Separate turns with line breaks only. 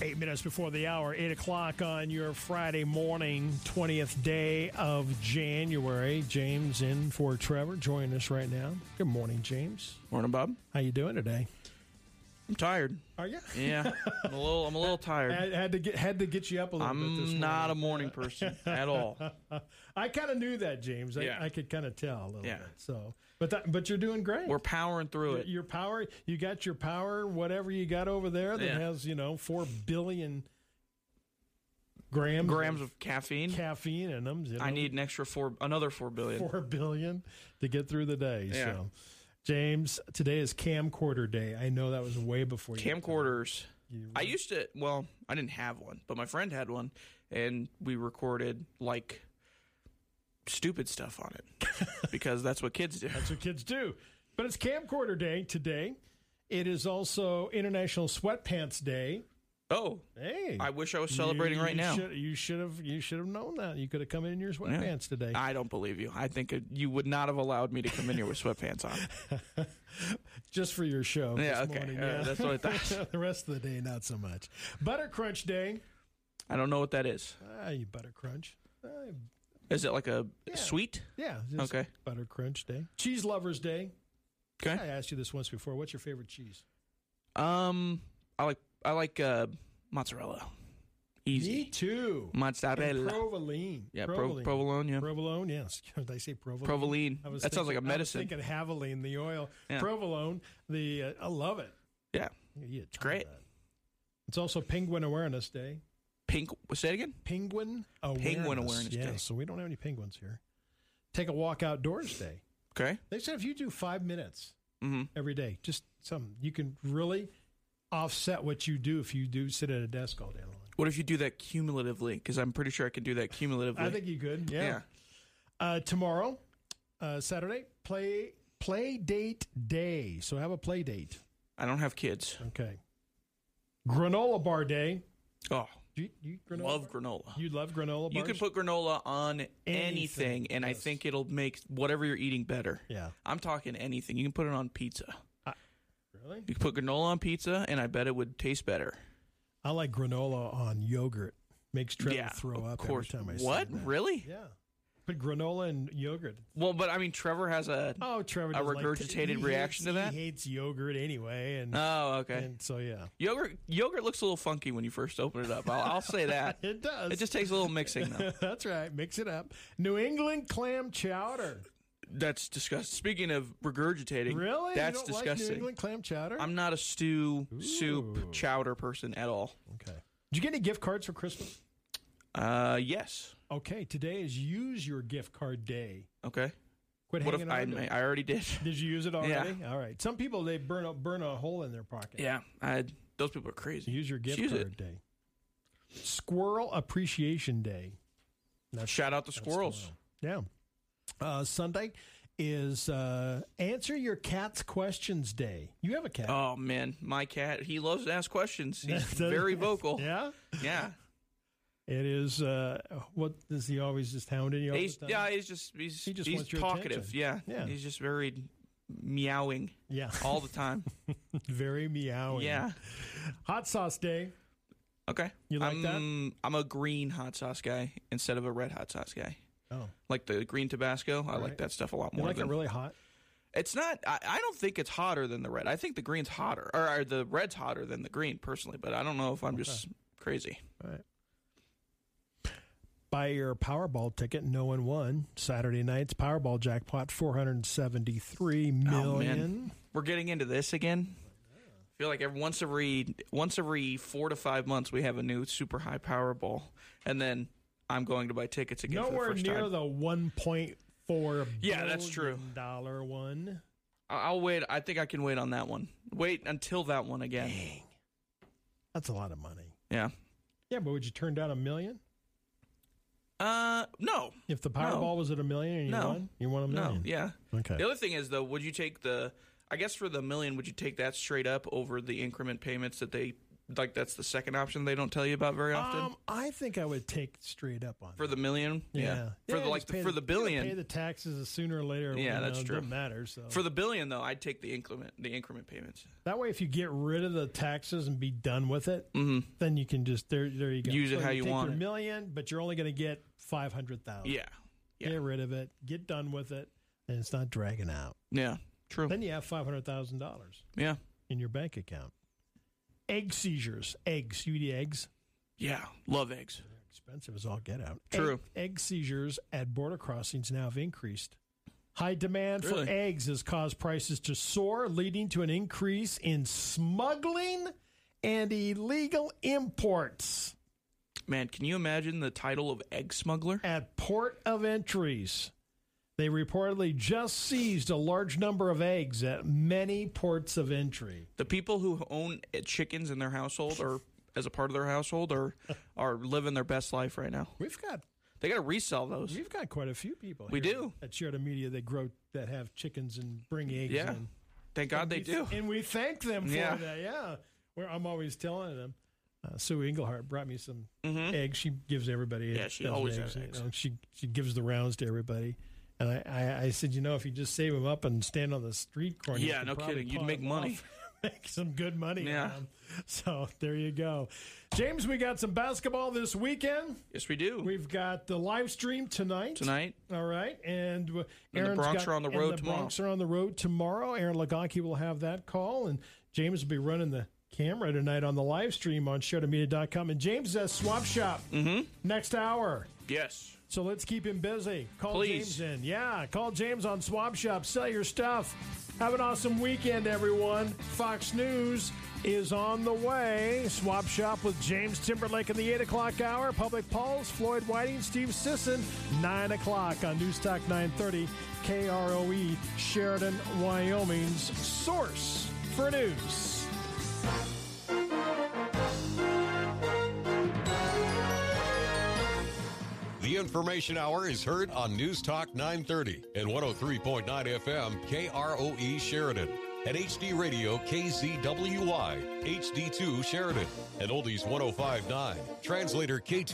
Eight minutes before the hour, eight o'clock on your Friday morning, 20th day of January. James in for Trevor, joining us right now. Good morning, James.
Morning, Bob.
How you doing today?
I'm tired.
Are you?
Yeah, I'm a little. I'm a little tired.
Had, had to get had to get you up a little bit. This
I'm
morning.
not a morning person at all.
I kind of knew that, James. I,
Yeah.
I could kind of tell a little
Yeah.
bit. So, but that, but you're doing great.
We're powering through it.
your power, you got your power, whatever you got over there that
Yeah.
has you know four billion grams
Grams of caffeine.
caffeine in them. you
I
know,
need an extra four, another four billion.
four billion to get through the day.
Yeah.
So, James, today is camcorder day. I know that was way before you.
Camcorders.
You-
I used to. Well, I didn't have one, but my friend had one, and we recorded like stupid stuff on it because that's what kids do.
That's what kids do. But it's camcorder day today. It is also International Sweatpants Day.
Oh,
Hey,
I wish I was celebrating
you,
right
you
now.
Should, you should have. You should have known that. You could have come in your sweatpants today.
I don't believe you. I think it- you would not have allowed me to come in here with sweatpants on.
just for your show.
Yeah,
this
okay.
Morning,
All right, that's what I thought.
the rest of the day, not so much. Butter Crunch Day.
I don't know what that is.
Ah, you Butter Crunch. Ah,
Is it like a
Yeah.
sweet?
yeah. just
Okay.
Butter Crunch Day. Cheese Lovers Day.
Okay.
I asked you this once before. What's your favorite cheese?
Um, I like I like uh, mozzarella. Easy
Me too. And
mozzarella.
provolone.
yeah,
provolone.
provolone. provolone. Yeah,
Provolone, yes. Did I say provolone?
provolone.
I
That
was
sounds like a
thinking- I
medicine.
was thinking Havoline, the oil.
Yeah.
Provolone, the uh, I love it.
Yeah,
It's
great.
It's also Penguin Awareness Day.
pink. Say it again.
Penguin Awareness.
Awareness
yeah,
Day.
So we don't have any penguins here. Take a walk outdoors day.
Okay.
They said if you do five minutes
Mm-hmm.
every day, just some, you can really offset what you do if you do sit at a desk all day long.
What if you do that cumulatively? Because I'm pretty sure I can do that cumulatively.
I think you could.
yeah.
Yeah. Uh, tomorrow, uh, Saturday, play play date day. So have a play date.
I don't have kids.
Okay. Granola bar day.
Oh,
Do you, you eat granola?
love
bar?
granola.
You love granola bars.
You can put granola on anything,
Anything,
and I
yes.
think it'll make whatever you're eating better.
Yeah.
I'm talking anything. You can put it on pizza.
Really?
You can put granola on pizza, and I bet it would taste better.
I like granola on yogurt. Makes Trevor
yeah,
throw
of
up
course.
every time I see
what?
that.
Really?
Yeah. Put granola and yogurt.
Well, but I mean, Trevor has a.
Oh, Trevor.
A
doesn't like-
regurgitated
he hates-
reaction to that?
He hates yogurt anyway, and
Oh, okay.
and so yeah,
Yogurt yogurt looks a little funky when you first open it up. I'll, I'll say that.
it does.
It just takes a little mixing, though.
That's right. Mix it up. New England clam chowder.
That's disgusting. Speaking of regurgitating,
Really?
That's
you don't Like New
disgusting.
England clam chowder.
I'm not a stew,
Ooh.
soup, chowder person at all.
okay. Did you get any gift cards for Christmas?
Uh, yes.
Okay, today is use your gift card day.
Okay.
Quit
What if
hanging
I?
on. to it.
I already did.
Did you use it already? All right. Some people they burn a burn a hole in their pocket.
Yeah. I. Those people are crazy.
Use your gift
Use
card
it.
day. Squirrel Appreciation Day.
Shout out the squirrels.
Yeah. Uh, Sunday is uh, Answer Your Cat's Questions Day. You have a cat.
Oh man, my cat. He loves to ask questions. He's
Doesn't
very
he?
vocal.
Yeah.
Yeah.
It is. Uh, what does he always just hounding you? All
He's
the time?
yeah. He's just he's
He just
he's
wants your
talkative.
attention.
Yeah.
Yeah.
He's just very meowing
Yeah.
all the time.
Very meowing.
yeah.
Hot Sauce Day.
Okay.
You like that?
I'm, that? I'm a green hot sauce guy instead of a red hot sauce guy.
Oh.
Like the green Tabasco, I
Right.
like that stuff a lot
You
more.
like it
than,
really hot?
it's not. I, I don't think it's hotter than the red. I think the green's hotter, or, or the red's hotter than the green personally. But I don't know if I'm just crazy.
All right. Buy your Powerball ticket. No one won. Saturday night's Powerball jackpot, four hundred seventy-three
Oh,
million.
man. We're getting into this again. I feel like every once every once every four to five months we have a new super high Powerball, and then I'm going to buy tickets again for the
Nowhere
first
near
time.
the one point four.
Yeah, that's true.
Dollar one.
I- I'll wait. I think I can wait on that one. Wait until that one again.
That's a lot of money.
Yeah.
Yeah, but would you turn down a million
Uh, no,
if the Powerball was at a million and you
No.
won? You won a
no,
million.
yeah.
Okay.
The other thing is though, would you take the? I guess for the million, would you take that straight up over the increment payments that they like that's the second option they don't tell you about very often
Um, I think I would take straight up on
for
that.
the million. Yeah, for the
just
like the,
pay
for the
you gotta Pay
billion.
the taxes sooner or later.
Yeah,
you
that's
know,
true.
Doesn't matter. So
for the billion though, I'd take the increment the increment payments.
that way, if you get rid of the taxes and be done with it,
Mhm.
then you can just there. There you go.
Use it
So
how you
take
want
Your
it.
million, but you're only going to get five hundred thousand.
Yeah, yeah.
Get rid of it. Get done with it, and it's not dragging out.
yeah, true.
Then you have five hundred thousand dollars
Yeah,
in your bank account. Egg seizures. Eggs. You eat eggs.
yeah. Love eggs.
expensive as all get out.
True.
Egg, egg seizures at border crossings now have increased. High demand
Really?
for eggs has caused prices to soar, leading to an increase in smuggling and illegal imports
Man, can you imagine the title of egg smuggler?
at port of entries. They reportedly just seized a large number of eggs at many ports of entry.
The people who own uh, chickens in their household or as a part of their household are are living their best life right now.
We've got
They got to resell those.
we've got quite a few people.
We
here
do.
at Shared Media that grow that have chickens and bring eggs
Yeah.
in.
Thank God they
we-
do.
And we thank them for
Yeah.
that. Yeah. Where I'm always telling them. Uh, Sue Englehart brought me some
Mhm.
eggs. She gives everybody
Yeah,
a
she
dozen
always
eggs.
has
you
eggs.
know. she she gives the rounds to everybody. And I, I, I said, you know, if you just save them up and stand on the street corner, you
Yeah,
could
no
probably
kidding. You'd
pawn
make
'em
money.
off, make some good money. on
Yeah.
'em. So there you go, James. We got some basketball this weekend.
Yes, we do.
We've got the live stream tonight.
Tonight,
All right, and uh,
the
Aaron's
Bronx
got-
are on the
and
road
the
tomorrow.
Bronx are on the road tomorrow. Aaron Lagaki will have that call, and James will be running the camera tonight on the live stream on showtomedia.com. And James has Swap Shop
Mm-hmm.
next hour,
yes.
so let's keep him busy. Call
Please.
James in, yeah. Call James on Swap Shop. Sell your stuff. Have an awesome weekend, everyone. Fox News is on the way. Swap Shop with James Timberlake in the 8 o'clock hour. Public Pauls, Floyd Whiting, Steve Sisson, 9 o'clock on Newstalk 930, KROE, E, Sheridan, Wyoming's source for news.
The Information Hour is heard on News Talk 930 and 103.9 FM KROE E Sheridan. At HD Radio KZWY, HD2 Sheridan, and Oldies 1059, translator K2.